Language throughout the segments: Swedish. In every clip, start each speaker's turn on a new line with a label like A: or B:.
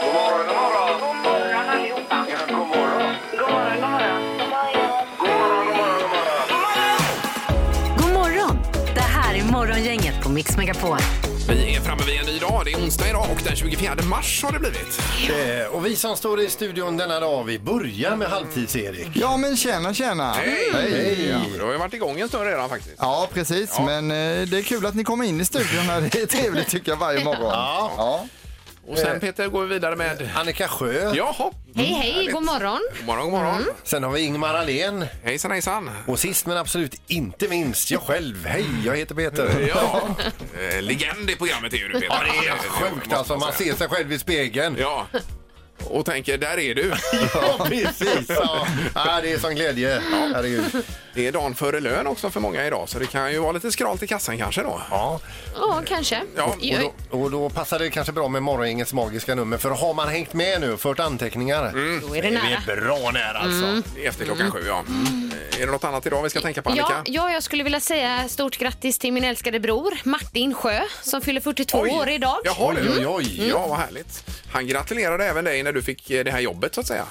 A: God morgon, god morgon.
B: God morgon allihopa.
A: Ja, god morgon.
B: God morgon, god morgon.
A: God morgon, god morgon, god morgon.
C: God morgon! Det här är Morgongänget på Mix Megapol.
D: Vi är framme vid en ny dag. Det är onsdag idag och den 24 mars har det blivit.
E: Eh, Och vi som står i studion denna dag, vi börjar med halvtids-Erik.
F: Ja men tjena tjena!
D: Hej!
F: Hej.
D: Ja, Du har ju varit igång en stund redan faktiskt.
F: Ja precis, men eh, det är kul att ni kommer in i studion här. Det är trevligt tycker jag varje morgon. Ja.
D: Och
E: Eh.
D: sen Peter går vi vidare med...
E: Annika Sjö,
D: Jaha!
G: Hej, hej, god morgon. Mm.
D: God morgon, god morgon.
E: sen har vi Ingmar Ahlén
D: Hejsan, hejsan.
E: och sist men absolut inte minst jag själv. Hej, jag heter Peter.
D: Ja, eh, legend i programmet är ju du Peter. Ja,
E: Det är sjukt alltså, man ser sig själv i spegeln.
D: Ja, och tänker där är du.
E: Ja, precis. Ja. Ja, det är sån glädje. Herregud.
D: Det är dagen före lön också för många idag så det kan ju vara lite skralt i kassan kanske då.
E: Ja,
G: Ja, kanske.
D: Ja,
G: Jo,
E: och då, och då passar det kanske bra med morgongängets magiska nummer för har man hängt med nu och fört anteckningar
G: Då är det
E: Vi
G: nära.
E: är bra nära alltså.
D: Efter klockan sju ja. Eh, Är det något annat idag vi ska tänka på
G: Mm. Ja,
D: Annika?
G: ja, jag skulle vilja säga stort grattis till min älskade bror Martin Sjö som fyller 42
D: Oj.
G: år idag.
D: Jaha,
E: Oj,
D: du.
E: oj, oj.
D: Ja, vad härligt. Han gratulerade även dig när du fick eh, det här jobbet så att säga.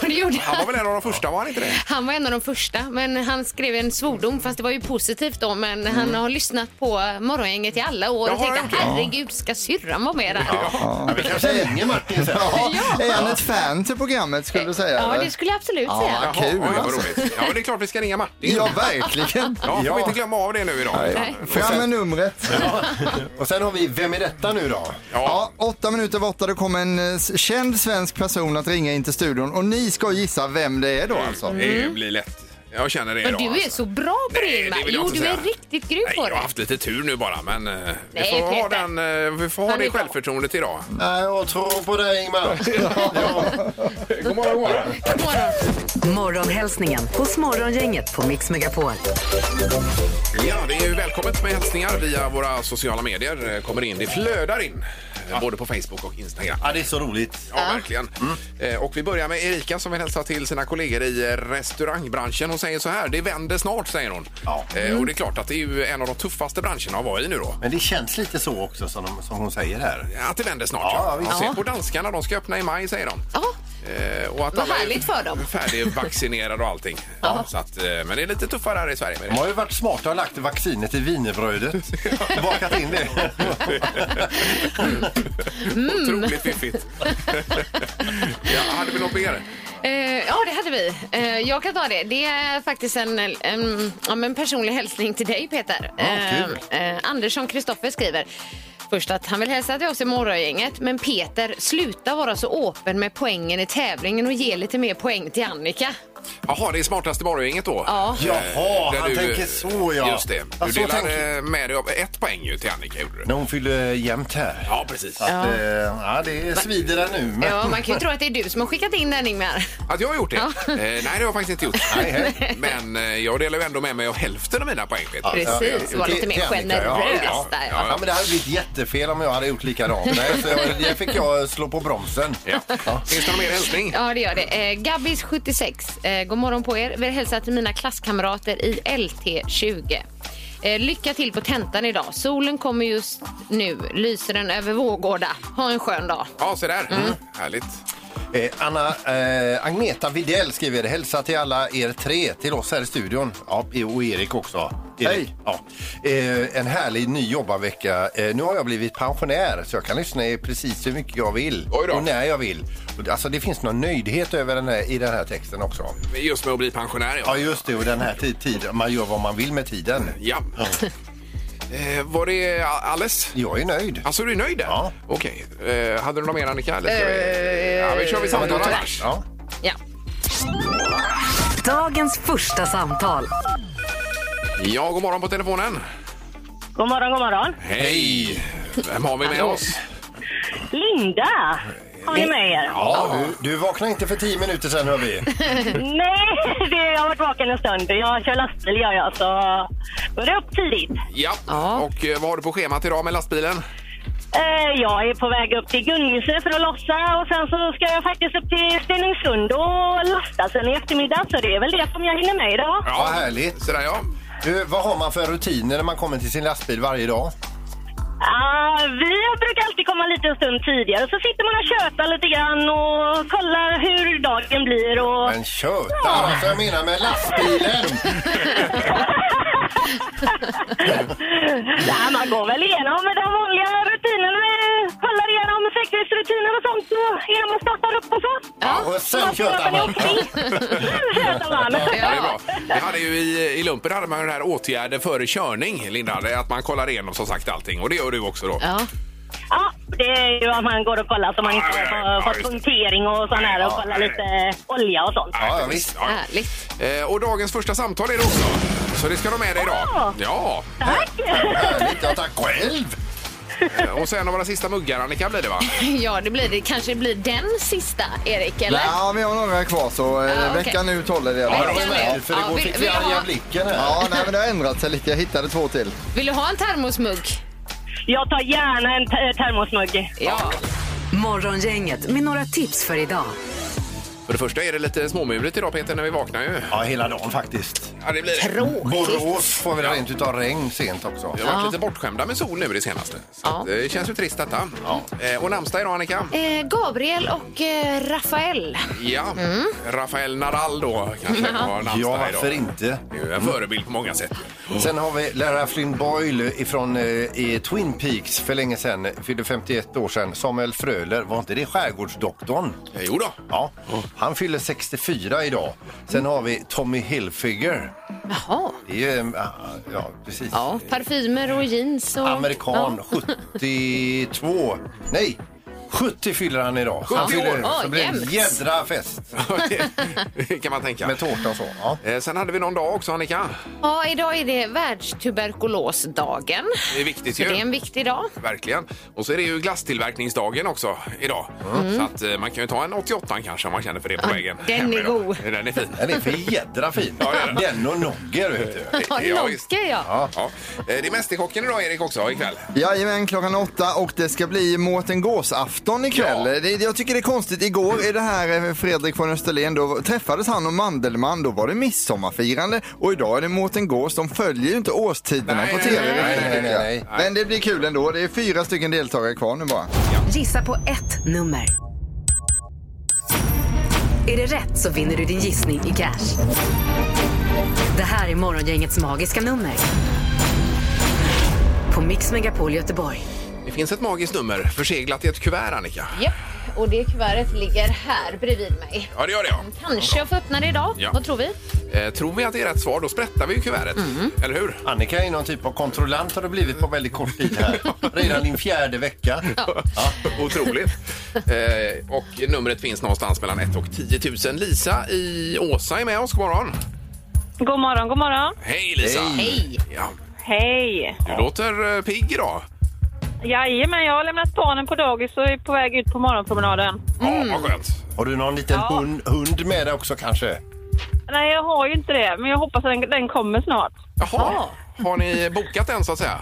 G: Det gjorde
D: Han var
G: han.
D: väl en av de första, var han inte det?
G: Han var en av de första, men han skrev en svordom, fast det var ju positivt då. Men han har lyssnat på Morgongänget i alla år och
D: Jaha,
G: tänkte
D: Mm. ja.
G: herregud, ska syrran vara med där?
E: Ja, vi kanske ringer Martin sen.
F: Ja. Är han ett fan till programmet skulle du säga?
G: Ja,
F: eller?
G: det skulle jag absolut
F: Ja,
G: säga.
F: ja.
D: Jaha,
F: kul,
D: oj, vad
F: alltså.
D: roligt. Ja, men det är klart vi ska ringa Martin.
F: ja verkligen.
D: Ja, får vi inte glömma av det nu idag. utan-
F: Fram med numret.
E: Och sen har vi Vem är detta nu då?
D: Ja,
F: Ja, åtta minuter över åtta, då kommer en eh, känd svensk person att ringa in till studion och ni ska gissa vem det är då alltså.
G: Mm.
E: Mm.
D: det blir lätt. Jag känner det
G: Men
D: idag.
G: du är
D: alltså.
G: så bra på
D: Nej,
G: det,
D: det
G: Ingmar.
D: vill jag
G: Jo,
D: inte
G: du är
D: säga.
G: riktigt grym
D: Nej,
G: på
D: jag har
G: det.
D: haft lite tur nu bara, men eh, vi,
G: Nej,
D: får
G: Peter.
D: ha den, eh, vi får ha
G: Han
D: det
G: är bra.
D: självförtroendet idag.
E: Nej, jag tror på dig Ingmar.
D: God morgon, god morgon.
G: God morgon.
C: Morgonhälsningen hos Morgongänget på Mix Megapol.
D: Ja, det är ju välkommet med hälsningar via våra sociala medier. Eh, Kommer in, det flödar in. eh, Både på Facebook och Instagram.
E: Ja, det är så roligt.
D: Ja, verkligen.
E: Mm.
D: Eh, Och vi börjar med Erika som vill hälsa till sina kollegor i eh, restaurangbranschen. Hon säger så här, det vänder snart, säger hon.
E: Ja.
D: Eh,
G: Mm.
D: Och det är klart att det är ju en av de tuffaste branscherna att vara i nu då.
E: Men det känns lite så också som, de, som hon säger här.
D: Att det vänder snart,
E: Ja,
D: ja.
E: visst.
D: Se på danskarna, de ska öppna i maj, säger de.
G: Ja,
D: Eh, och att
G: Vad
D: alla är
G: härligt för dem.
D: Färdigvaccinerade och allting. ja. så att, eh, men det är lite tuffare här i Sverige. Med
E: De
D: det.
E: har ju varit smarta och lagt vaccinet i wienerbrödet. Bakat in det.
G: Mm.
D: Otroligt fiffigt. ja, hade vi något mer?
G: Eh, ja, det hade vi. Eh, jag kan ta det. Det är faktiskt en, en, ja, men personlig hälsning till dig, Peter.
E: kul.
G: Eh, eh, Andersson Kristoffer skriver Först att han vill hälsa till oss i morgongänget, men Peter, sluta vara så öppen med poängen i tävlingen och ge lite mer poäng till Annika.
D: Jaha, det är smartaste morgongänget då? Eh,
G: Ja.
E: Jaha,
D: Där
E: han tänker så ja.
D: Just det.
E: Ja,
D: Du eh,
E: så
D: delade
E: tänker-
D: med dig av ett poäng ju till Annika. Gjorde du.
E: När hon fyllde jämnt här.
D: Ja, precis.
E: Att, ja. ja, det svider där nu. Men...
G: Ja, man kan ju tro att det är du som har skickat in den, Ingmar.
D: Att jag har gjort det? Eh, nej, det har jag faktiskt inte gjort.
E: Nej,
D: Men eh, jag delar ju ändå med mig av hälften av mina poäng, Peter.
G: Precis, var lite mer
E: Till Annika, ja.
G: generös
D: Ja, ja.
G: där.
E: Ja, men det hade blivit jättefel om jag hade gjort likadant. Nej, så jag, det fick jag slå på bromsen.
D: Ja. Finns det någon mer hälsning?
G: Ja, det gör det. Eh, Gabbis 76, eh, god morgon på er. Vill hälsa till mina klasskamrater i LT20. Eh, lycka till på tentan idag. Solen kommer just nu. Lyser den över Vårgårda. Ha en skön dag.
D: Ja, se där.
G: Mm.
D: Härligt.
E: Eh, Anna, eh, Agneta Videll skriver hälsa till alla er tre, till oss här i studion. Ja, och Erik också. Erik.
F: Hej.
E: Ja. Eh, en härlig ny jobbarvecka. Eh, nu har jag blivit pensionär så jag kan lyssna i precis hur mycket jag vill
D: Oj då.
E: och när jag vill. Och, Alltså, det finns någon nöjdhet över den här, i den här texten också.
D: Just med att bli pensionär,
E: Ja, just det. Och den här tiden, tid, man gör vad man vill med tiden.
D: Ja. eh, var det alles?
E: Jag är nöjd.
D: Alltså, du är nöjd där?
E: Ja.
D: Okej. Eh, hade du något mer, Annika? Eller ska
G: Eh,
D: vi... Ja, vi kör vi
E: men då
D: samtalet.
E: tar- ja.
G: Ja.
C: Dagens första samtal.
D: Ja, god morgon på telefonen.
H: God morgon, god morgon.
D: Hej! Vem har vi med
G: Hallå.
D: oss?
H: Linda! Har ni med er?
E: Ja, du, du vaknade inte för tio minuter sedan, hör vi.
H: Nej, det, jag har varit vaken en stund. Jag kör lastbil, gör jag, så då är det upp tidigt.
D: Ja.
G: Ja.
D: Och eh, vad har du på schemat idag med lastbilen?
H: Eh, jag är på väg upp till Gunningsö för att lossa och sen så ska jag faktiskt upp till Stenungsund och lasta sen i eftermiddag. Så det är väl det som jag hinner med idag.
D: Ja,
E: Vad härligt.
D: Så där, ja.
E: Du, vad har man för rutiner när man kommer till sin lastbil varje dag?
H: Ah, vi brukar alltid komma en liten stund tidigare, så sitter man och tjötar lite grann och kollar hur dagen blir. Och...
E: Men tjötar, alltså jag menar med lastbilen.
H: Nej, man går väl igenom med de vanliga rutinerna, eh, kollar igenom säkerhetsrutiner och sånt och innan man startar upp och så.
E: Ja, och sen
H: Man tror att
E: tjötar
H: man. är
E: man.
H: okej. Sen tjötar man.
D: Ja, det är bra. Vi hade ju i, i lumpen hade man ju den här åtgärden före körning, Linda. Det är att man kollar igenom som sagt allting. Och det gör du också då.
G: Ja.
H: Ja, det är ju att man går och kollar så man inte
D: Ja, ja,
H: har
D: ja,
H: fått
D: just det.
H: punktering och sån här och
D: Ja,
H: kollar
D: ja, ja.
H: lite olja och sånt.
E: Ja, ja, visst.
D: Ja.
G: Härligt.
D: Eh, Och dagens första samtal är det också. Så det ska du med dig idag.
H: Ja.
D: Ja.
H: Tack!
E: Härligt, jag tack själv.
D: Eh, Och sen av våra sista muggar, Annika, blir det va?
G: Ja, det blir det. Kanske blir den sista, Erik, eller?
F: Ja, vi har några kvar så eh,
G: Ja, okej.
F: veckan ut håller det.
G: Ja,
E: Ja,
F: Ja,
E: det var
G: nu.
E: snällt, för
G: Ja,
E: igår
G: vill-
E: fick vi
G: vill jag
E: arga
G: ha-
E: blicken här.
F: ja nej, men det har ändrat sig lite. Jag hittade två till.
G: Vill du ha en termosmugg?
H: Jag tar gärna en te- termosmugg.
G: Ja.
C: Morgongänget med några tips för idag.
D: För det första är det lite småmuligt idag, Peter, när vi vaknar ju.
E: Ja, hela dagen faktiskt.
D: Ja, det blir det.
E: Borås får vi rent utav regn sent också.
D: Vi har varit lite bortskämda med sol nu i det senaste. Så
G: Ja.
D: att, det känns ju trist detta. Eh, Och namnsdag idag, Annika?
G: Eh, Gabriel och eh, Rafael.
D: Ja.
G: Mm.
D: Rafael Nadal då kanske har namnsdag
E: Ja,
D: idag.
E: varför inte?
D: Det är ju en förebild på många sätt.
E: Mm. Sen har vi lärare Flynn Boyle ifrån eh, i Twin Peaks för länge sedan, fyllde 51 år sedan. Samuel Fröler, var inte det skärgårdsdoktorn?
D: Eh, Jo då.
E: Ja, han fyller 64 idag. Sen har vi Tommy Hilfiger.
G: Jaha.
E: Det är ju, eh, ja precis.
G: Ja, parfymer och jeans och...
E: Amerikan, 72. Nej, 70 fyller han idag. Så Han
D: 70 år.
E: fyller,
G: Ja,
E: så blir det en
G: jämnt.
E: jädra fest
D: kan man tänka.
E: med tårta och så. Ja.
D: Eh, Sen hade vi någon dag också, Annika.
G: Ja, idag är det världstuberkulosdagen.
D: Det är viktigt
G: Så
D: ju.
G: det är en viktig dag.
D: Verkligen. Och så är det ju glasstillverkningsdagen också idag. Så att eh, man kan ju ta en 88 kanske om man känner för det på vägen.
G: Mm. den
D: hem
G: är
D: idag.
G: god.
D: Den är fin.
E: Den är för jädra fin.
D: Ja, det är den.
E: Den och Nogger, vet du.
G: Ja,
D: visst.
G: Nocke, ja.
D: Ja. Eh, Det är Mästerkocken idag, Erik, också ikväll.
F: Jajamän, klockan åtta och det ska bli Mårten Gås-afton ikväll.
D: Ja.
F: Det, jag tycker det är konstigt. Igår är det här eh, Fredrik från Österlen. Då träffades han och Mandelmann. Då var det midsommarfirande och idag är det Mårten Gås. De följer ju inte årstiderna
D: Nej,
F: på
D: nej,
F: tv.
D: nej,
F: riktigt,
E: nej, nej,
F: tycker jag.
E: nej.
F: Men det blir kul ändå. Det är fyra stycken deltagare kvar nu bara.
C: Gissa på ett nummer. Är det rätt så vinner du din gissning i cash. Det här är Morgongängets magiska nummer. På Mix Megapol Göteborg.
D: Det finns ett magiskt nummer förseglat i ett kuvert, Annika.
G: Japp, och det kuvertet ligger här bredvid mig.
D: Ja, det gör det, ja.
G: Kanske jag får öppna det idag.
D: Ja.
G: Vad tror vi?
D: Eh, tror vi att det är rätt svar, då sprättar vi ju kuvertet. Eller hur?
E: Annika är någon typ av kontrollant har du blivit på väldigt kort tid här. Redan din fjärde vecka.
D: Ja, otroligt. Eh, och numret finns någonstans mellan 1 och 10 000. Lisa i Åsa är med oss. God morgon.
H: God morgon, god morgon.
D: Hej, Lisa.
G: Hej!
D: Ja,
H: Hej!
D: du låter eh, pigg idag.
H: Jajamän, jag har lämnat barnen på dagis och är på väg ut på morgonpromenaden.
D: Ja, vad skönt.
E: Har du någon liten
H: Ja.
E: hund, hund med dig också kanske?
H: Nej, jag har ju inte det, men jag hoppas att den, den kommer snart.
D: Jaha. Har ni bokat den så att säga?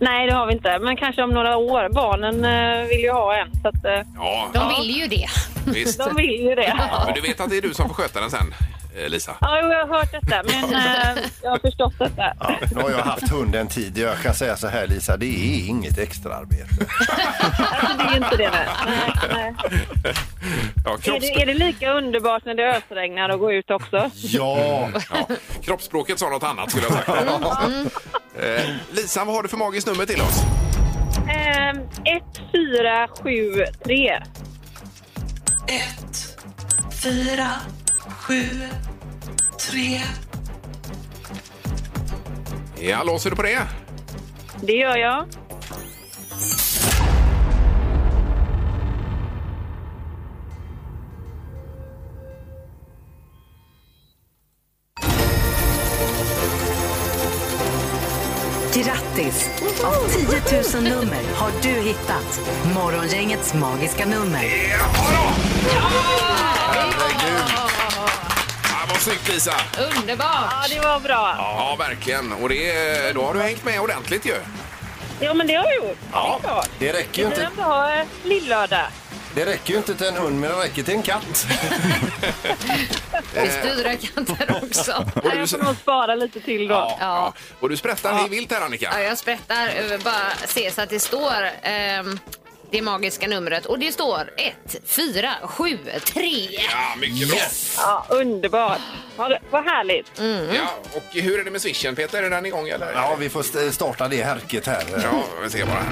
H: Nej, det har vi inte, men kanske om några år. Barnen eh, vill ju ha en, så att, eh,
D: Ja,
G: De vill ju det.
D: visst.
H: de vill ju det.
D: Men du vet att det är du som får sköta den sen, eh, Lisa?
H: Ja, jo, jag har hört detta, men eh, jag har förstått detta.
E: Ja, nu har jag haft hunden tidigare. Jag kan säga så här Lisa, det är inget extraarbete.
H: Alltså, Det är ju inte det. Nej. Nej. Är, det,
D: Ja,
H: är
D: kroppsspråk.
H: det lika underbart när det ösregnar och gå ut också?
E: Ja,
D: Ja, kroppsspråket sa något annat skulle jag ha sagt. Eh, Lisa, vad har du för magiskt nummer till oss?
H: Eh, 1, 4, 7, 3.
D: Ja, låser du på det?
H: Det gör jag.
C: Grattis! Av 10 000 nummer har du hittat Morgongängets magiska nummer.
D: Ja, då!
E: herregud.
D: Ja, vad snyggt, Lisa!
G: Underbart!
H: Ja, det var bra.
D: Ja, verkligen. Och det, är- då har du hängt med ordentligt ju.
H: Ja, men det har jag gjort. Ja. Det är klart.
E: Det
H: Det
E: räcker ju
H: blir
E: inte.
H: en bra eh, lill-lördag.
E: Det räcker ju inte till en hund, men det räcker till en katt.
D: Eh.
G: Finns dyra katter också.
H: Nej, jag får nog spara lite till då.
D: Ja, ja. Och du sprättar hej vilt här
G: Ja,
D: Annika.
G: jag sprättar över bara se så att det står ehm, det magiska numret. Och det står 1, 4, 7, 3.
D: Ja, mycket bra.
H: Ja, underbart. Ha det, vad härligt.
D: Ja, och hur är det med swishen Peter? Är den igång eller?
E: Ja, vi får st- starta det härket här.
D: Ja, vi ser bara.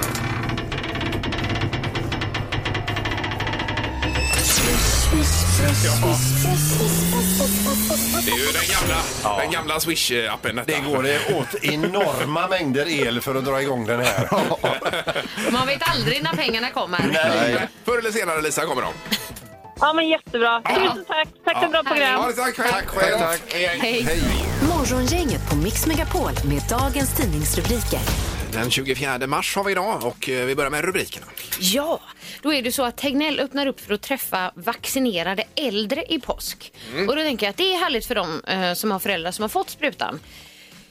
D: Ja. Det är ju den gamla, den gamla Swish-appen detta.
E: Det går det åt enorma mängder el för att dra igång den här.
G: Man vet aldrig när pengarna kommer.
D: Nej. Förr eller senare Lisa kommer de.
H: Ja, men jättebra. Tusen tack. Tack för ett bra program.
D: Ja, tack själv. Tack
E: själv.
G: Hej.
C: Morgongänget på Mix Megapol med dagens tidningsrubriker.
D: Den 24 mars har vi idag och eh, vi börjar med rubrikerna.
G: Ja, då är det så att Tegnell öppnar upp för att träffa vaccinerade äldre i påsk.
D: Mm.
G: Och då tänker jag att det är härligt för dem eh, som har föräldrar som har fått sprutan.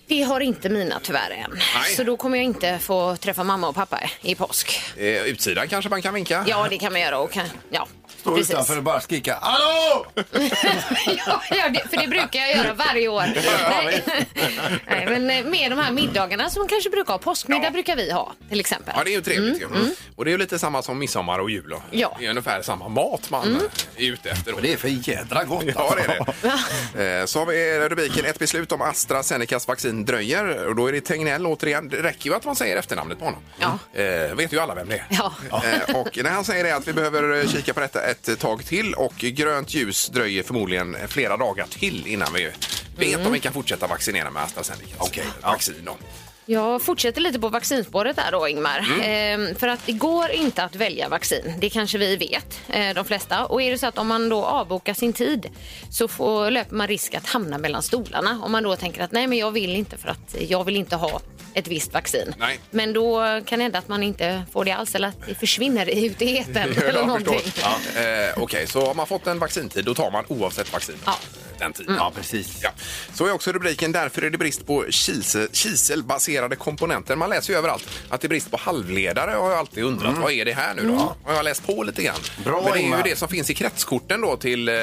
G: Det har inte mina tyvärr än.
D: Nej.
G: Så då kommer jag inte få träffa mamma och pappa i påsk.
D: Eh, utsidan kanske man kan vinka?
G: Ja, det kan man göra. Och kan, ja,
E: Stå
G: precis.
E: utanför och bara skrika Hallå!
G: ja, ja, det, för det brukar jag göra varje år. Nej, Nej, men eh, med de här middagarna som man kanske brukar ha. Påskmiddag brukar vi ha till exempel. Mm,
D: Ja, det är ju trevligt ju. Och det är ju lite samma som midsommar och jul. och-
G: Ja. Mm.
D: Det är ungefär samma mat man är ute efter.
E: Det är för jädra gott. alltså.
D: Ja, det är det. Eh, Så har vi rubriken Ett beslut om AstraZenecas vaccin dröjer. Och då är det Tegnell återigen. Det räcker ju att man säger efternamnet på honom.
G: Ja.
D: Eh, vet ju alla vem det är.
G: Ja.
D: Eh, och när han säger det att vi behöver eh, kika på detta ett tag till och grönt ljus dröjer förmodligen flera dagar till innan vi vet
G: Mm.
D: om vi kan fortsätta vaccinera med AstraZenecas okay. vaccin. då.
G: Jag fortsätter lite på vaccinspåret där då Ingmar.
D: Mm.
G: Ehm, för att det går inte att välja vaccin. Det kanske vi vet, eh, de flesta. Och är det så att om man då avbokar sin tid så får, löper man risk att hamna mellan stolarna. Om man då tänker att nej men jag vill inte för att jag vill inte ha ett visst vaccin.
D: Nej.
G: Men då kan det hända att man inte får det alls eller att det försvinner ut i etern
D: Jag
G: eller
D: förstår.
G: någonting.
D: Ja. Eh, Okej, så har man fått en vaccintid då tar man oavsett vaccin
G: Ja. Mm.
D: den tiden. Ja,
E: precis.
D: Ja. Så är också rubriken Därför är det brist på kisel, kiselbaserade komponenter. Man läser ju överallt att det är brist på halvledare har jag alltid undrat. Vad är det här nu då? Och jag har läst på lite grann.
E: Mm. Bra,
D: Men det är ju
E: Ingmar.
D: det som finns i kretskorten då till eh,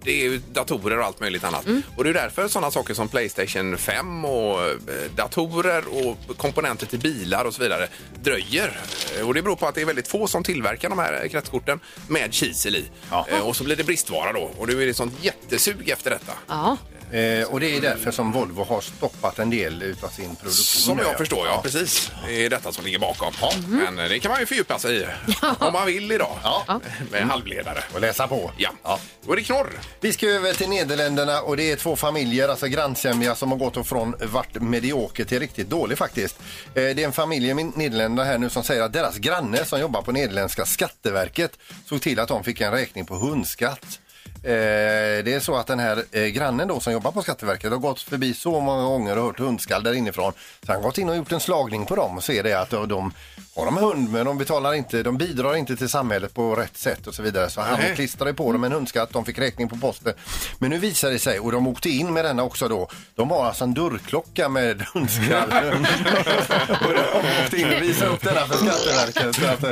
D: det är ju datorer och allt möjligt annat. Och det är därför sådana saker som Playstation 5 och eh, datorer och komponenter till bilar och så vidare dröjer. Eh, Och det beror på att det är väldigt få som tillverkar de här kretskorten med kisel i.
E: Ja.
D: Eh, Och så blir det bristvara då och nu är det sånt jättesug efter detta.
G: Ja.
E: Eh, och det är därför som Volvo har stoppat en del utav sin produktion.
D: Som jag förstår, ja. Precis. Det är detta som ligger bakom. Ja. Men eh, det kan man ju fördjupa sig i om man vill idag.
E: Ja.
D: Med halvledare.
E: Och läsa på.
D: Ja. Då är det knorr.
E: Vi ska över till Nederländerna och det är två familjer, alltså grannsämja som har gått och från vart medioker till riktigt dålig faktiskt. Eh, Det är en familj i Min- Nederländerna här nu som säger att deras granne som jobbar på Nederländska Skatteverket såg till att de fick en räkning på hundskatt. Eh, Det är så att den här eh, grannen då som jobbar på Skatteverket har gått förbi så många gånger och hört hundskall där inifrån. Så han har gått in och gjort en slagning på dem och ser det att de- de har de hund men de betalar inte, de bidrar inte till samhället på rätt sätt och så vidare. Så han
D: Nej.
E: klistrade klistrade på dem en hundskatt, de fick räkning på posten. Men nu visar det sig, och de åkte in med denna också då, de har alltså en dörrklocka med hundskatt. och de åkte in och visade upp denna för Skatteverket. Så att,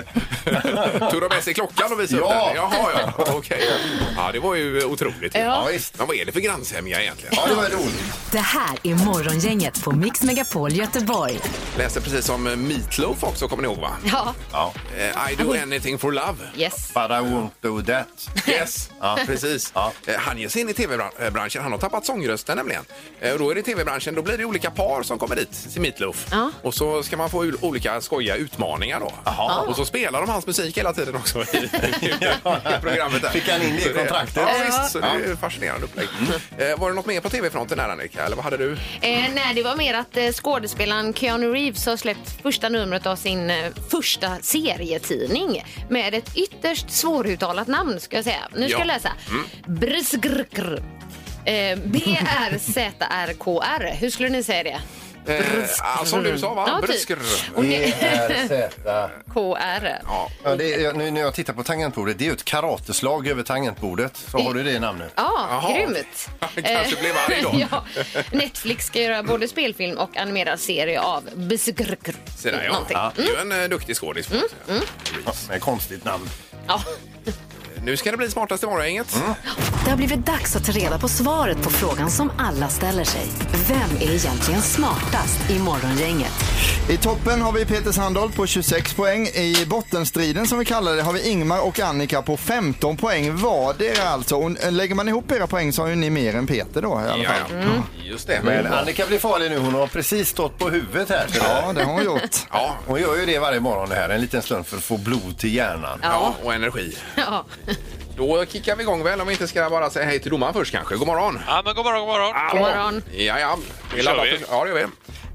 E: eh,
D: Tog de med sig klockan och visade
E: Ja.
D: upp den? Jaha, ja. Okej. Ja, det var ju otroligt.
E: ja, visst.
D: Men vad är det för grannsämja egentligen?
E: Ja, det var roligt.
C: Det här är Morgongänget på Mix Megapol Göteborg.
D: Läste precis om Meatloaf också, kommer ni ihåg va?
G: ja.
E: Ja.
D: Eh, I do anything for love.
G: Yes.
E: But I won't do that.
D: Yes, ja. precis.
E: Ja.
D: Eh, Han ger sig in i tv-branschen. Han har tappat sångrösten nämligen. Eh, Och då är det tv-branschen, då blir det olika par som kommer dit till Meatloaf.
G: Ja.
D: Och så ska man få ul- olika skojiga utmaningar då. Och så spelar de hans musik hela tiden också i, i, i programmet där.
E: Fick han in det i
D: Så
E: kontraktet? Mm.
D: Ja, visst. Så det är ju fascinerande upplägg. Eh, Var det något mer på tv-fronten här Annika? Eller vad hade du?
G: Eh, nej, det var mer att eh, skådespelaren Keanu Reeves har släppt första numret av sin eh, första serietidning med ett ytterst svåruttalat namn ska jag säga. Nu ska
D: Ja.
G: jag
D: Mm.
G: läsa. Brzgrkr. Eh, B-R-Z-R-K-R. Hur skulle ni säga det?
D: Eh, ah, som du sa va?
G: Ja, typ.
D: Brösker.
G: Och
E: E,
G: det-
E: R, Z.
G: K-R.
D: Ja.
E: Ja, det är, nu när jag tittar på tangentbordet, det är ju ett karateslag över tangentbordet. Så har du det namnet.
G: Ja,
D: Jaha.
G: grymt.
D: Han kanske
G: Eh,
D: blev arg då.
G: ja. Netflix ska göra både spelfilm och animerad serie av Brzgrkr.
D: Se där, ja.
G: Någonting. Mm.
D: Det är ju en eh, duktig skådis. får man säga.
E: Med konstigt namn.
G: Ja.
D: Nu ska det bli smartast i morgongänget.
E: Mm,
C: Det har blivit dags att ta reda på svaret på frågan som alla ställer sig. Vem är egentligen smartast i Morgongänget?
F: I toppen har vi Peter Sandholt på 26 poäng. I bottenstriden som vi kallar det har vi Ingmar och Annika på 15 poäng vardera alltså. Och lägger man ihop era poäng så har ju ni mer än Peter då i alla fall.
D: Ja, ja.
G: Mm.
D: Just det.
E: Men Annika blir farlig nu. Hon har precis stått på huvudet här.
F: Ja, det har hon gjort.
D: Ja,
E: Hon gör ju det varje morgon det här, en liten stund för att få blod till hjärnan.
D: ja, och energi.
G: Ja.
D: Då kickar vi igång väl om vi inte ska bara säga hej till domaren först kanske. God morgon!
I: Ja, men god morgon, god morgon.
G: God morgon.
D: Ja, ja. Vi
I: kör
D: laddar
I: vi.
D: för- Ja, det gör vi.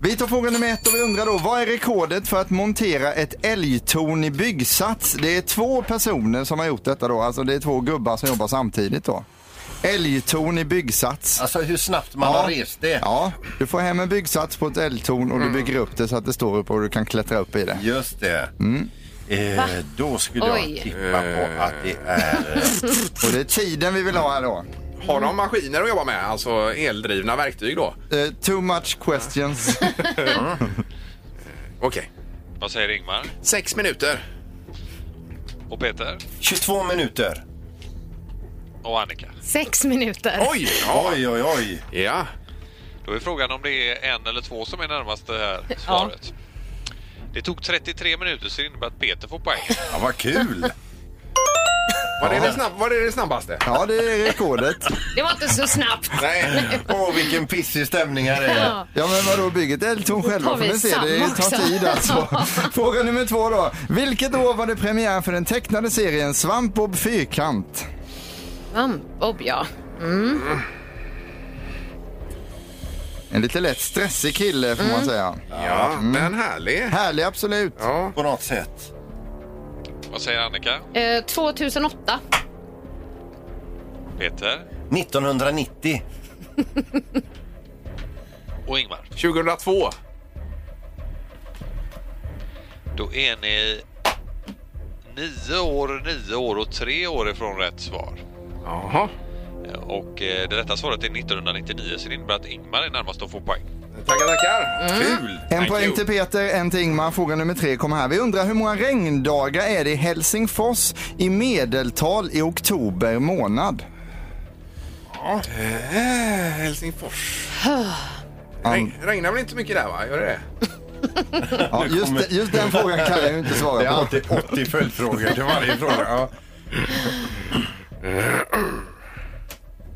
F: Vi tar fråga nummer ett och vi undrar då, vad är rekordet för att montera ett älgtorn i byggsats? Det är två personer som har gjort detta då, alltså det är två gubbar som jobbar samtidigt då. Älgtorn i byggsats.
E: Alltså hur snabbt man har rest det. Mm.
F: Ja, du får hem en byggsats på ett älgtorn och du bygger upp det så att det står upp och du kan klättra upp i det.
E: Just det.
F: Mm.
E: Eh, då skulle
G: Oj.
E: jag tippa på att det är... eh,
F: Och det är tiden vi vill ha här då.
D: Har
I: Mm.
D: de maskiner att jobba med? Alltså eldrivna verktyg då?
F: Eh, too much questions.
D: Okej.
I: Vad säger Ingmar
D: Sex minuter.
I: och Peter
E: 22 minuter.
I: och Annika?
G: Sex minuter.
D: Oj! Ja.
E: Oj, oj, oj.
D: ja.
I: Då är frågan om det är en eller två som är närmast det här svaret. Det tog 33 minuter så det innebär att Peter får poäng.
E: Ja, vad kul!
D: Var, det det snabb, var det det snabbaste?
F: Ja, det är rekordet.
G: Det var inte så snabbt.
D: Nej.
E: Åh, vilken pissig stämning här är.
F: Ja men vadå, bygg ett eldtorn själva
G: tar
F: får
G: vi
F: ni se. Det
G: samma
F: tar
G: också.
F: tid alltså. Fråga nummer två då. Vilket år var det premiär för den tecknade serien Svampbob Fyrkant?
G: Bob, ja.
F: En lite lätt stressig kille får
G: Mm.
F: man säga.
D: Ja,
I: Mm.
D: men härlig.
F: Härlig absolut.
D: Ja.
E: På något sätt.
I: Vad säger Annika?
G: Eh, 2008.
I: Peter
E: 1990.
I: och Ingmar.
D: 2002.
I: Då är ni nio år, nio år och tre år ifrån rätt svar.
D: Jaha.
I: Och eh, det rätta svaret är 1999 så det innebär att Ingmar är närmast att få poäng.
D: Tackar, tackar.
I: Mm.
D: Kul!
F: En
D: Thank
F: poäng
D: you.
F: till Peter, en till Ingmar. Fråga nummer tre kommer här. Vi undrar hur många regndagar är det i Helsingfors i medeltal i oktober månad?
D: Eh, Helsingfors. Regn, regnar väl inte så mycket där, va? Gör det det
F: Ja, just, just den frågan kan jag ju inte
E: Det är
F: svara på.
E: alltid 80 följdfrågor till varje fråga. Ja.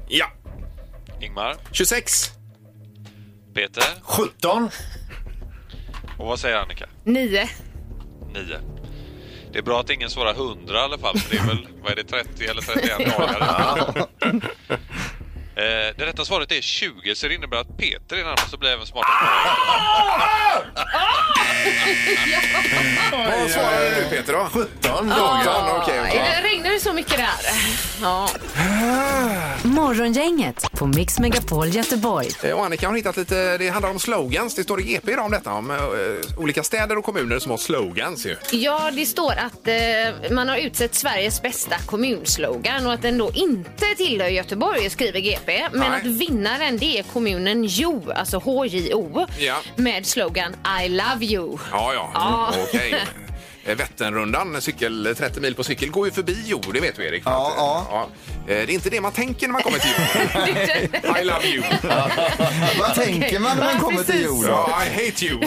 D: Ja.
I: Ingmar,
D: 26.
I: Peter
E: 17.
I: och vad säger Annika?
G: 9.
I: Nio. Det är bra att ingen svarar 100 i alla fall, för det är väl vad är det, 30 eller 31 dagar? Eh, Det rätta svaret är 20, så det innebär att Peter är närmast och blir även smartast.
D: Vad svarade du, Peter? då?
E: 17
D: Ja,
E: dagar.
D: okej, okej.
G: Det regnar det så mycket där? Ja.
C: Morgongänget på Mix Megapol Göteborg.
D: Eh, Och Annika har hittat lite, det handlar om slogans. Det står i GP idag om detta, om eh, olika städer och kommuner som har slogans ju.
G: ja, det står att eh, man har utsett Sveriges bästa kommunslogan och att den då inte tillhör Göteborg, skriver GP. Men
D: Nej.
G: att vinnaren det är kommunen Jo, alltså HJO,
D: Ja.
G: med slogan I love you.
D: Ja, ja. Mm,
G: Ja.
D: Okej. Eh, Vätternrundan, cykel, 30 mil på cykel, går ju förbi Jo, det vet du Erik.
F: Ja,
D: Att, eh, ja. Eh, Det är inte det man tänker när man kommer till Jo. I love you.
F: Vad tänker man när man
G: Ja,
F: kommer till
G: precis.
F: jorden?
D: Ja, I hate you.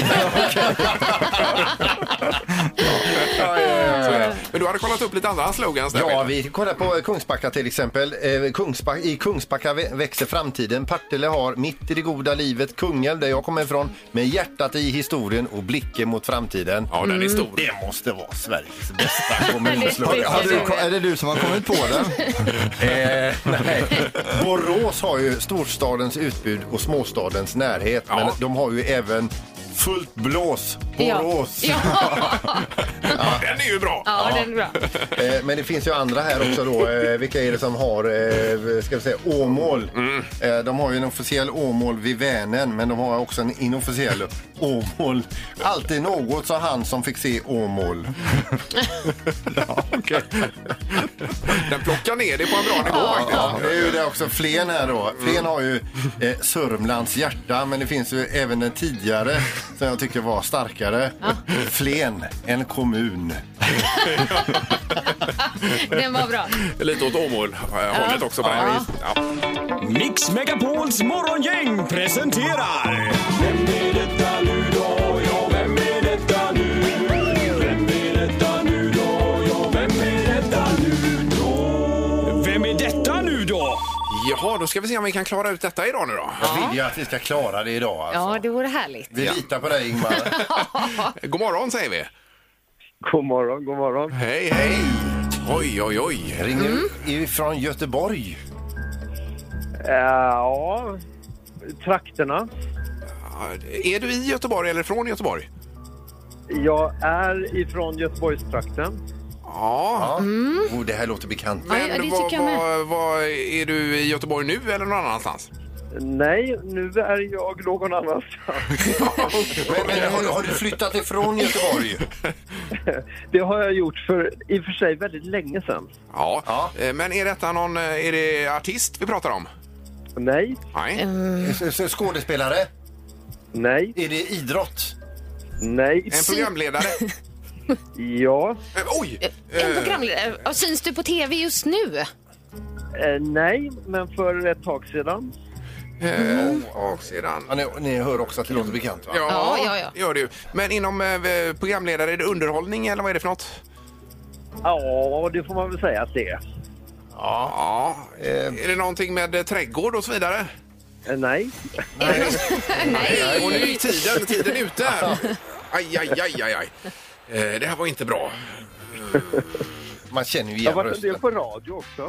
D: Så är det. Men du hade kollat upp lite andra slogans där.
E: Ja,
D: vet
E: vi kollar på Kungsbacka till exempel. Eh, Kungsback, I Kungsbacka vä- växer framtiden. Partille har Mitt i det goda livet, Kungälv där jag kommer ifrån, med hjärtat i historien och blicken mot framtiden.
D: du? Ja, den är stor.
E: Det måste vara Sveriges bästa
F: Har
E: kommunslag.
F: du, är det du som har kommit på den?
E: eh, nej. Borås har ju storstadens utbud och småstadens närhet, men
D: Ja.
E: de har ju även fullt blås Borås.
G: Ja. Ja.
D: Den är ju bra.
G: ja, den är bra.
E: Eh, Men det finns ju andra här också då. Eh, Vilka är det som har, eh, ska vi säga, Åmål? Eh, De har ju en officiell Åmål vid Vänern, men de har också en inofficiell Åmål. Alltid något, sa han som fick se Åmål.
D: Den plockar ner det på en bra nivå faktiskt.
E: Ja, det är ju det också Flen här då. Flen har ju eh, Sörmlands hjärta, men det finns ju även den tidigare som jag tycker var starkare. Flen, en kommun.
G: Den var bra.
D: Lite åt Åmål-hållet också. på den här. Ja.
J: Mix Megapols morgongäng presenterar... Vem är detta nu då? Ja, vem är detta nu? Vem är detta nu då? Ja, vem är detta nu då? Vem är detta nu då?
D: Jaha, då ska vi se om vi kan klara ut detta idag nu då.
E: Jag vill ju att vi ska klara det idag. Alltså.
G: Ja, det vore härligt.
E: Vi litar på dig Ingmar.
D: God morgon säger vi.
K: God morgon, god morgon.
D: Hej, hej. Oj, oj, oj.
E: Ringer du ifrån Göteborg?
K: Eh, ja, trakterna.
D: Är du i Göteborg eller från Göteborg?
K: Jag är ifrån Göteborgstrakten.
D: Ja.
E: Ja. Oh, det här låter bekant.
G: Ja, ja, det
D: vad-
G: tycker jag med.
D: vad- vad- är du i Göteborg nu eller någon annanstans?
K: Nej, nu är jag någon annanstans.
E: Men, men har, har du flyttat ifrån Göteborg?
K: Det har jag gjort för i och för sig väldigt länge sedan.
D: Ja.
E: Ja.
D: Eh, Men är detta någon, eh, är det artist vi pratar om?
K: Nej,
D: Nej.
G: Eh,
E: S- s- Skådespelare?
K: nej,
E: Är det idrott?
K: nej,
D: En programledare?
K: ja,
D: Eh, Oj!
G: En programledare. Ja, Syns du på tv just nu?
K: eh, nej, men för ett tag sedan.
G: Mm.
D: Eh, Och sedan.
E: Ja, ni, ni hör också att det låter bekant va?
D: Ja,
G: ja, ja.
D: gör det ju. Men inom eh, programledare, är det underhållning eller vad är det för något?
K: Ja, det får man väl säga att det är.
D: Ja. Är det någonting med eh, trädgård och så vidare?
K: Eh, nej,
D: Nej. Och nu gick tiden, tiden är ute här. Aj, aj, aj, aj, aj. Eh, Det här var inte bra.
E: Man känner ju
K: jag
E: igen
K: har varit en
E: rösten.
K: del på radio också.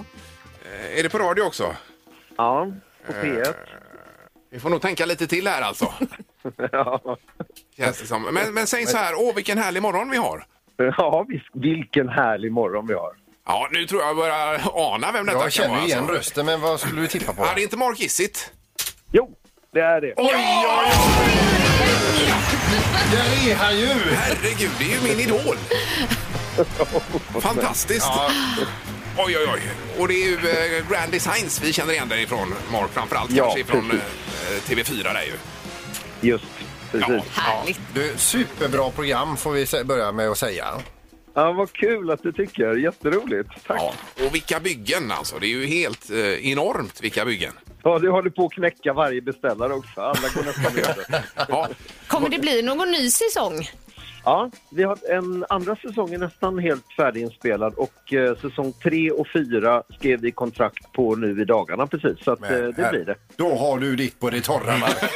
D: Eh, Är det på radio också?
K: Ja, Eh. på P1.
D: Vi får nog tänka lite till här alltså.
K: Ja,
D: Känns det som. Men, men säg så här, åh vilken härlig morgon vi har.
K: ja visst, vilken härlig morgon vi har.
D: Ja, nu tror jag börjar ana vem detta
E: Jag
D: kan
E: känner
D: vara.
E: ju igen
D: alltså.
E: rösten men vad skulle du tippa på?
D: Ja, det är inte Mark Isitt.
K: Jo, det är det.
D: Oj, oj, oj!
E: Där är han ju!
D: Herregud, det är ju min idol! Fantastiskt! Oj, oj, oj. Och det är ju eh, Grand Designs vi känner igen dig ifrån, Mark. Framförallt
K: Ja,
D: kanske ifrån
K: precis.
D: eh, TV4 där ju.
K: Just precis.
G: Härligt.
E: Du, superbra program får vi sä- börja med att säga.
K: Ja, vad kul att du tycker. Jätteroligt. Tack.
D: Ja. Och vilka byggen alltså. Det är ju helt eh, enormt vilka byggen.
K: Ja, du håller på att knäcka varje beställare också. Alla går nästan över.
D: Ja.
G: Kommer det bli någon ny säsong?
K: Ja, vi har en andra säsong är nästan helt färdiginspelad och eh, säsong tre och fyra skrev vi kontrakt på nu i dagarna precis. Så att, eh,
E: Men
K: det
E: här-
K: blir det.
E: Då har du ditt på det torra Mark.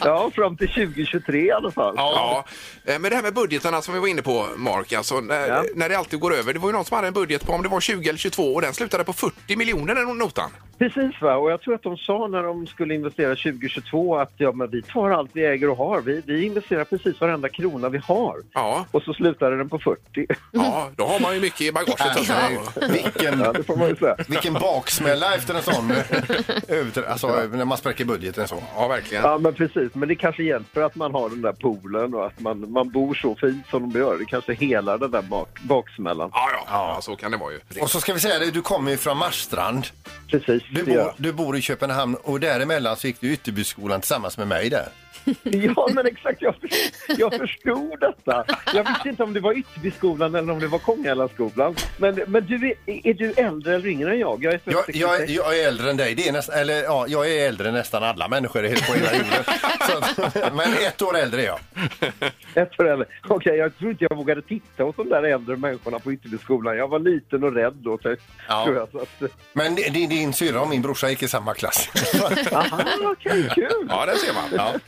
K: Ja, fram till 2023 i alla fall.
D: Ja. Eh, Men det här med budgetarna som vi var inne på, Mark. Alltså, när,
K: Ja.
D: när det alltid går över. Det var ju någon som hade en budget på om det var 20 eller 22 och den slutade på 40 miljoner den notan.
K: Precis va, och jag tror att de sa när de skulle investera 2022 att ja, men vi tar allt vi äger och har. Vi, vi investerar precis varenda krona vi har.
D: Ja.
K: Och så slutade den på 40.
D: ja, då har man ju mycket i bagaget. alltså.
E: Vilken,
K: Ja, det får man ju säga.
E: vilken baksmälla efter en sån överträd. Alltså när man spräcker budgeten så.
D: Ja, verkligen.
K: Ja, men precis. Men det kanske hjälper att man har den där poolen och att man, man bor så fint som de gör. Det kanske helar den där bak, baksmällan.
D: Ja, ja, ja, så kan det vara ju.
E: Och så ska vi säga det, du kommer ju från Marstrand.
K: Precis,
E: Du
K: det gör
E: bor, du bor i Köpenhamn och däremellan så gick du Ytterbyskolan tillsammans med mig där.
K: jag. Ja, men exakt. Jag, för- jag förstod detta. Jag visste inte om det var Ytterbyskolan eller om det var Kongälvsskolan. Men, men du, är, är du äldre eller yngre än jag? Jag är född
E: Jag, jag,
K: 66.
E: jag är äldre än dig, det är nästan, eller ja, jag är äldre än nästan alla människor i- på hela jorden. Så, att- men ett år äldre är jag.
K: Ett år äldre. Okej, jag tror inte jag vågade titta åt de där äldre människorna på Ytterbyskolan. Jag var liten och rädd då, tror
E: Ja.
K: jag. Så att,
E: Men din, din syrra och min brorsa gick i samma klass.
K: aha, Ah, okej, kul!
D: Ja, där ser man.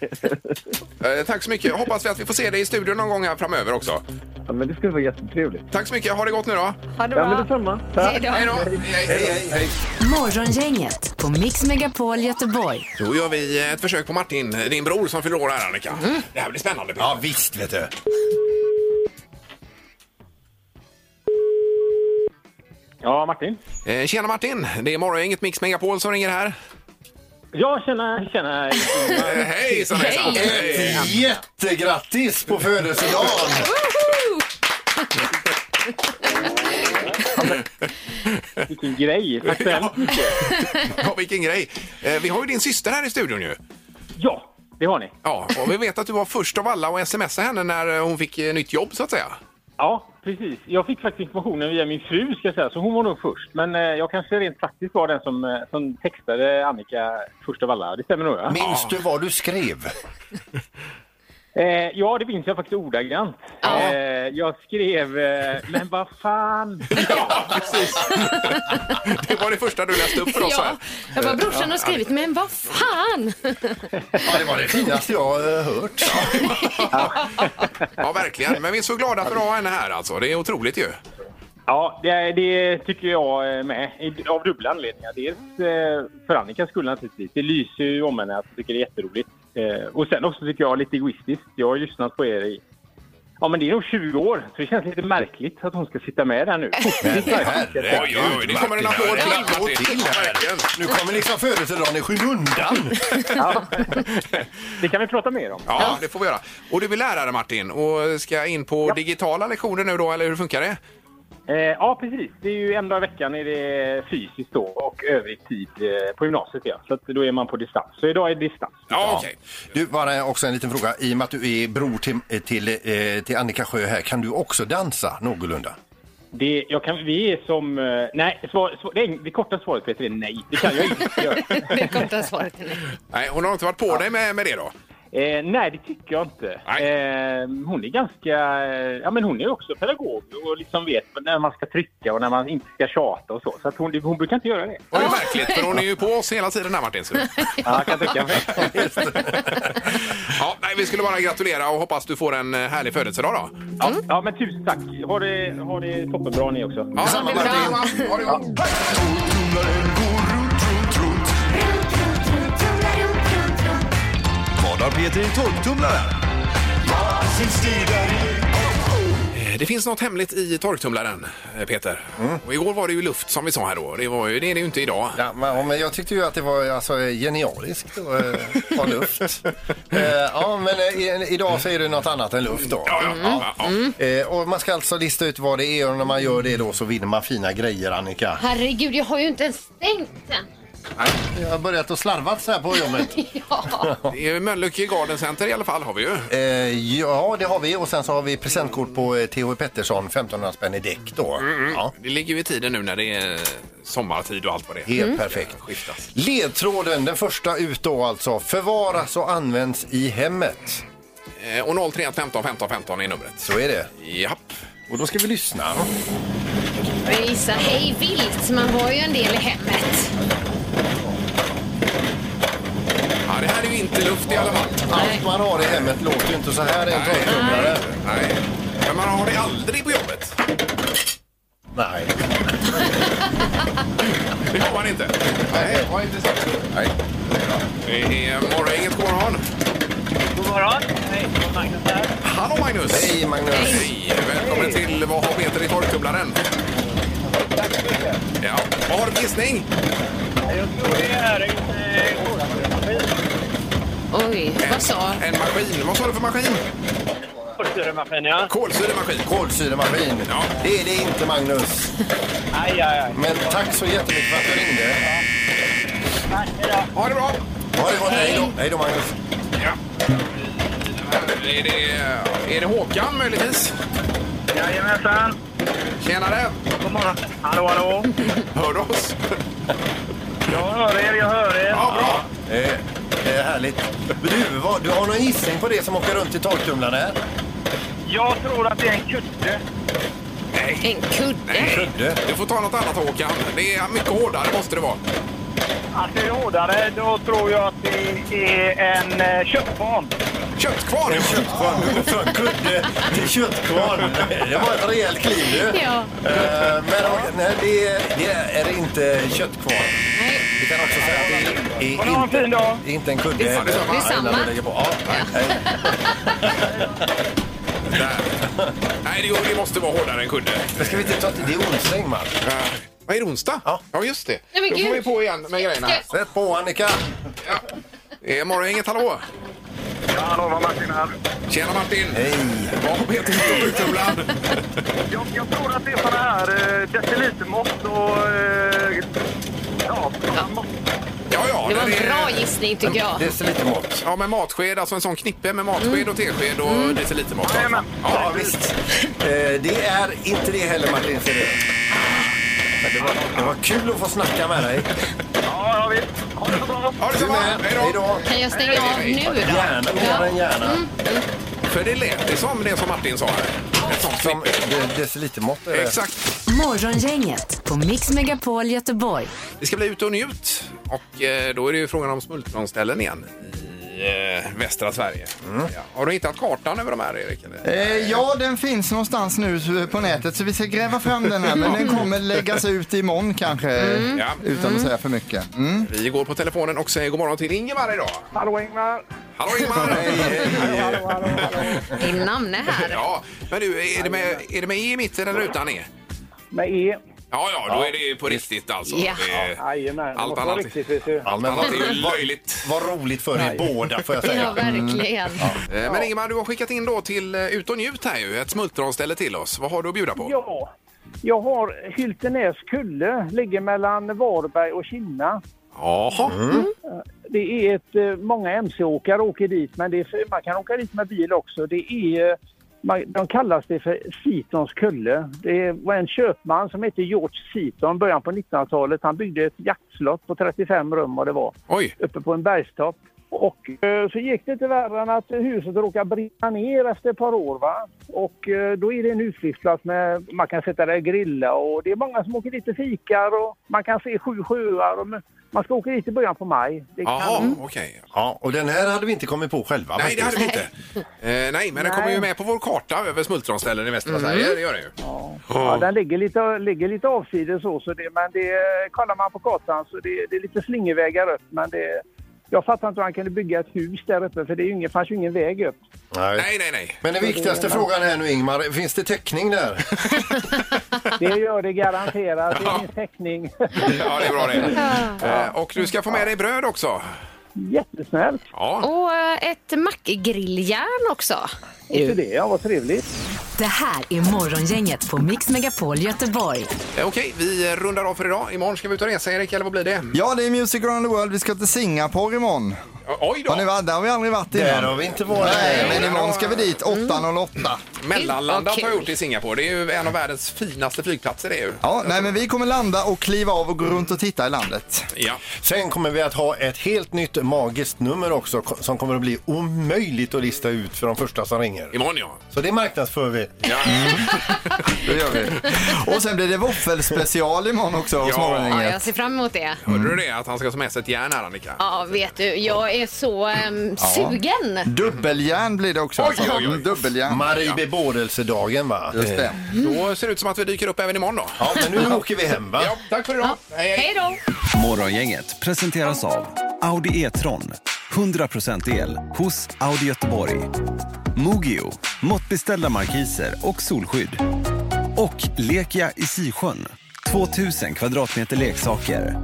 D: Eh, tack så mycket. Hoppas vi att vi får se dig i studion någon gång här framöver också.
K: Ja, men det skulle vara jättetrevligt.
D: Tack så mycket. Ha det gott nu då.
G: Ha det
K: Ja, men
G: bra.
K: detsamma. Tack.
G: Hej då.
D: Hej då. Hej, hej.
C: Morgongänget på Mix Megapol Göteborg.
D: Då gör vi ett försök på Martin, din bror som fyller år här Annika. Det här blir spännande.
E: Ja visst vet du.
K: Ja, Martin.
D: Eh, tjena Martin, det är morgongänget Mix Megapol som ringer här.
K: Ja, tjena, tjena.
D: Eh, hejsan hejsan. Hej.
E: Ett jättegrattis på födelsedagen!
K: Vilken grej. Tack så hemskt mycket.
D: Ja, vilken grej. Eh, vi har ju din syster här i studion ju.
K: Ja, det har ni.
D: Ja, och vi vet att du var först av alla och smsade henne när eh, hon fick eh, nytt jobb så att säga.
L: Ja, precis. Jag fick faktiskt informationen via min fru, ska jag säga, så hon var nog först. Men eh, jag kanske rent faktiskt var den som, eh, som textade Annika först av alla. Det stämmer nog, ja.
E: Minns du vad du skrev?
L: Eh, ja, det minns jag faktiskt ordagrant.
G: Ja.
L: Eh, jag skrev, eh, men vad fan.
D: Ja, precis. Det var det första du läste upp för oss här.
G: Ja, jag bara, brorsan har skrivit, men vad fan!
E: Ja, det var det finaste jag eh, hört.
D: Ja, verkligen. Men vi är så glada för att ha henne här alltså. Det är otroligt ju.
L: Ja, det, det tycker jag eh, med, i- av dubbla anledningar. Dels eh, för Annikas skull naturligtvis. Det lyser ju om henne att jag tycker det är jätteroligt. Eh, och sen också tycker jag lite egoistiskt. Jag har ju lyssnat på er i Ja, men det är nog 20 år, så det känns lite märkligt att hon ska sitta med där nu. Fortsätt verkligen.
D: Oj, oj, oj. Det kommer en applåd till.
E: Applåd till
D: Ja,
E: här.
D: verkligen.
E: Nu kommer liksom födelsedagen i skymundan.
L: Det kan vi prata mer om.
D: Ja, det får vi göra. Och du är lärare Martin och ska in på digitala lektioner nu då, eller hur funkar det?
L: Eh, ja, precis. Det är ju en dag i veckan är det fysiskt då och övrig tid eh, på gymnasiet. Ja. Så att då är man på distans. Så idag är det distans.
D: Ja, okej.
E: Du, bara också en liten fråga. I och med att du är bror till, eh, till, eh, till Annika Sjö här, kan du också dansa någorlunda?
L: Det, jag kan, vi är som... eh, Nej, svar, svar, det, är- det korta svaret Peter är nej. Det kan jag inte göra.
G: Det korta svaret är nej.
D: Nej, hon har inte varit på dig med, med det då?
L: Eh, nej, det tycker jag inte.
D: Nej.
L: Eh, hon är ganska... eh, Ja, men hon är också pedagog och liksom vet när man ska trycka och när man inte ska tjata och så. Så att hon, hon brukar inte göra det.
D: Vad märkligt, för hon är ju på oss hela tiden här Martin. Så.
L: Ja, jag kan tycka.
D: Ja, nej, vi skulle bara gratulera och hoppas du får en eh, härlig födelsedag då.
L: Ja, ja, men tusen tack. Ha det, ha det toppenbra ni också.
D: Ja,
G: det är bra.
D: Martin. Ha det gott.
H: Vad har Peter i torktumlaren?
D: Eh, Det finns något hemligt i torktumlaren, eh, Peter. Och igår var det ju luft som vi sa här då. Det, var ju, det är det ju inte idag.
E: Ja, men, men jag tyckte ju att det var alltså, genialiskt och, eh, ha luft. Eh, ja, men eh, i, idag så är det något annat än luft då.
D: Ja, ja, ja, ja.
E: Eh, och man ska alltså lista ut vad det är och när man gör det då så vinner man fina grejer Annika.
G: Herregud, jag har ju inte ens stängt den.
D: Nej,
E: Jag har börjat att slarvat så här på jobbet.
G: Ja.
D: Det är Mölnlycke Garden Center i alla fall har vi ju.
E: Eh, ja, det har vi och sen så har vi presentkort på eh, T.H. Pettersson, 1500 spänn i däck då. Ja.
D: Det ligger ju i tiden nu när det är sommartid och allt vad det är.
E: Helt Mm. perfekt.
D: Skiftas.
E: Ledtråden, den första ut då alltså. Förvaras och används i hemmet.
D: Eh, Och 031 15 15 15 är numret.
E: Så är det.
D: Japp.
E: Och då ska vi lyssna.
G: Jag gissar hej vilt, man var ju en del i hemmet.
D: Ja, det här är ju inte luft i alla fall.
E: Allt man har i hemmet låter ju inte så här i en torktumlare.
D: Nej. Men man har det aldrig på jobbet.
E: Nej.
D: Det har man inte. Nej, vad intressant. Nej. Det är morgongänget. God morgon.
K: God morgon. Hej, Magnus här.
D: Hallå Magnus!
E: Hej Magnus!
D: Hej! Välkommen till Vad har Peter i torktumlaren?
K: Tack så mycket.
D: Ja. Vad har du för gissning?
K: Jag tror det är en eh, borrmaskin.
G: Oj, vad sa
D: En maskin. Vad sa du för maskin?
K: Borrmaskin, ja.
D: Kolsyremaskin.
E: Kolsyremaskin.
D: Ja.
E: Det är det inte Magnus.
K: Aj, aj, aj.
E: Men tack så jättemycket för att du ringde.
K: Tack, hej då.
D: Ha det bra!
E: Ha det gott. Hej då. Hej då Magnus.
D: Ja. Är det, är det Håkan möjligtvis?
K: Jajamensan.
D: Tjenare!
K: God morgon. Hallå, hallå.
D: Hör du oss?
K: Jag hör er, jag hör er.
D: Ja, bra!
E: Eh, eh, härligt. Men Du, vad, du har någon gissning på det som åker runt i torktumlaren här?
K: Jag tror att det är en kudde.
G: En kudde?
E: Kudde.
D: Du får ta något annat Håkan. Det är mycket hårdare måste det vara.
K: Att det är hårdare, då tror jag att det är en eh, köttbarn.
D: Köttkvarn!
E: En köttkvarn. Du går från kudde till köttkvarn. Det var ett rejält kliv du.
G: Ja.
E: Eh, Men eh, nej, det, är- det är inte köttkvarn. Vi kan också säga att det är,
K: Ha en
E: inte,
K: fin dag.
E: det är inte en kudde.
D: är samma.
G: Det är samma.
E: Innan vi lägger på. Ja, nej.
D: Där. Nej, det, det måste vara hårdare än kudde. Eh,
E: Men ska vi inte ta till... Det är onsdag, man.
D: Vad är det onsdag?
E: Ja.
D: just det.
G: Nej, men
D: Då får
G: gud.
D: vi på igen med grejerna. här.
E: Sätt på, Annika.
D: Ja. Det är morgongänget, hallå!
L: Ja, hallå, vad Martin här.
D: Tjena Martin!
E: Hej.
D: Vad har Peter i torktumlaren?
L: Jag, jag tror att det är såna här eh, decilitermått och... Eh, ja, såna mått.
D: Ja, ja, Ja,
G: Det var en
D: det-
G: bra gissning tycker jag.
E: Det är lite mått.
D: Ja, med matsked, alltså en sån knippe med
G: Mm.
D: matsked och tesked och decilitermått.
B: Jajamän.
E: Ja, visst. Eh, det är inte det heller, Martin. ser du. Men det, var, det var kul att få snacka med dig.
B: Ja, jag vet. Ha det så bra.
D: Ha det så
E: Du
D: bra.
E: med.
D: Hej då!
G: Kan jag stänga av nu då?
E: Gärna, mer än gärna.
D: För det lät det som det som Martin sa här. Ett sånt
E: Som
D: knippe.
E: de- decilitermått. är det.
D: Exakt.
C: Morgongänget på Mix Megapol Göteborg.
D: Det ska bli ut och njut. Och eh, då är det ju frågan om smultronställen igen i eh, västra Sverige. Ja. Har du hittat kartan över de här, Erik? Eller?
F: Eh, ja, den finns någonstans nu på nätet så vi ska gräva fram den här men den kommer läggas ut imorgon kanske.
G: Mm.
D: Ja.
F: Utan att säga för mycket. Mm.
D: Vi går på telefonen och säger god morgon till Ingemar idag.
B: Hallå Ingmar.
D: Hallå Ingemar!
B: Hallå, hallå, hallå.
G: Din namne här.
D: Ja, men du, är det med, är det med E i mitten eller utan E?
B: Med E.
D: Ja, ja, då är det ju på riktigt alltså.
G: Ja.
D: Det är-
B: Jajamän.
D: Allt annat.
B: Riktigt, vet
E: Ja, men
D: Annat är ju
E: vad,
D: löjligt.
E: vad roligt för er båda, får jag
G: Ja,
E: säga.
G: verkligen.
D: Eh, Men Ingemar, du har skickat in då till eh, Ut och njut här ju, ett smultronställe till oss. Vad har du att bjuda på?
B: Ja, jag har Hyltenäs kulle, ligger mellan Varberg och Kinna.
D: Jaha.
B: Det är ett, eh, många mc-åkare åker dit, men det är, man kan åka dit med bil också. Det är, eh, man, de kallas det för Sitons kulle. Det var en köpman som hette George Siton, början på 1900-talet. Han byggde ett jaktslott på 35 rum vad det var.
D: Oj.
B: uppe på en bergstopp. Och eh, så gick det inte värre än att huset råkade brinna ner efter ett par år. Va? Och eh, då är det en utflyktsplats med, man kan sätta där och grilla och det är många som åker dit och fikar och man kan se sju sjöar. Och man ska åka dit i början på maj. Det kan- Mm.
D: Jaha, okej.
E: Ja, och den här hade vi inte kommit på själva.
D: Nej, det hade vi inte. Eh, nej, men den kommer ju med på vår karta över smultronställen i västra Sverige. Det gör den ju. Mm.
B: Ja, den ligger lite, ligger lite avsides så, så det, men det, eh, kollar man på kartan så det, det är lite slingervägar upp. Men det, jag fattar inte hur han kunde bygga ett hus där uppe för det är ju ingen, fanns ju ingen väg upp.
E: Nej.
D: Nej, nej, nej.
E: Men den viktigaste frågan här nu, Ingmar. Finns det täckning där?
B: Det gör det garanterat. Det är ingen täckning.
D: Ja, det är bra det. Eh, och du ska få med dig bröd också.
B: Jättesnällt.
D: Ja.
G: Och eh, ett mackgrilljärn också.
B: Inte det, ja. Vad trevligt.
C: Det här är Morgongänget på Mix Megapol Göteborg.
D: Eh, Okej, vi rundar av för idag. Imorgon ska vi ut och resa, Erik, eller vad blir det?
F: Ja, det är Music around the world. Vi ska till Singapore imorgon.
D: Oj
F: Har ni, varit- där har vi aldrig varit
E: Där har
F: innan.
E: vi inte varit.
F: Nej, men imorgon ska vi dit
G: Mm.
F: 8.08.
D: Mellanlandat
G: Vad
D: har jag
G: kul.
D: gjort i Singapore. Det är ju en av världens finaste flygplatser. Det är ju.
F: Ja, nej, men vi kommer landa och kliva av och gå runt och titta i landet.
D: Ja.
E: Sen kommer vi att ha ett helt nytt magiskt nummer också ko- som kommer att bli omöjligt att lista ut för de första som ringer.
D: Imorgon, ja.
E: Så det marknadsför vi.
D: ja.
F: Det gör vi. Och sen blir det våffelspecial imorgon också hos
D: Ja.
G: Ja,
F: Morgongänget.
G: jag ser fram emot det.
D: Hörde du det? Att han ska ta med sig ett järn här, Annika.
G: Ja, vet du, jag är så ehm, sugen.
F: Dubbeljärn blir det också.
D: Oj,
F: alltså.
D: oj, oj.
F: Dubbeljärn.
E: Marie bebådelsedagen va?
F: Just det.
D: Då ser det ut som att vi dyker upp även imorgon då.
E: Ja, men nu åker vi hem va?
D: Ja, tack för idag. Hej, hej.
G: Hej då!
J: Morgongänget presenteras av Audi E-tron. 100% el hos Audi Göteborg. Mogio, måttbeställda markiser och solskydd. Och Lekia i Sisjön, 2000 kvadratmeter leksaker.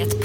C: Ett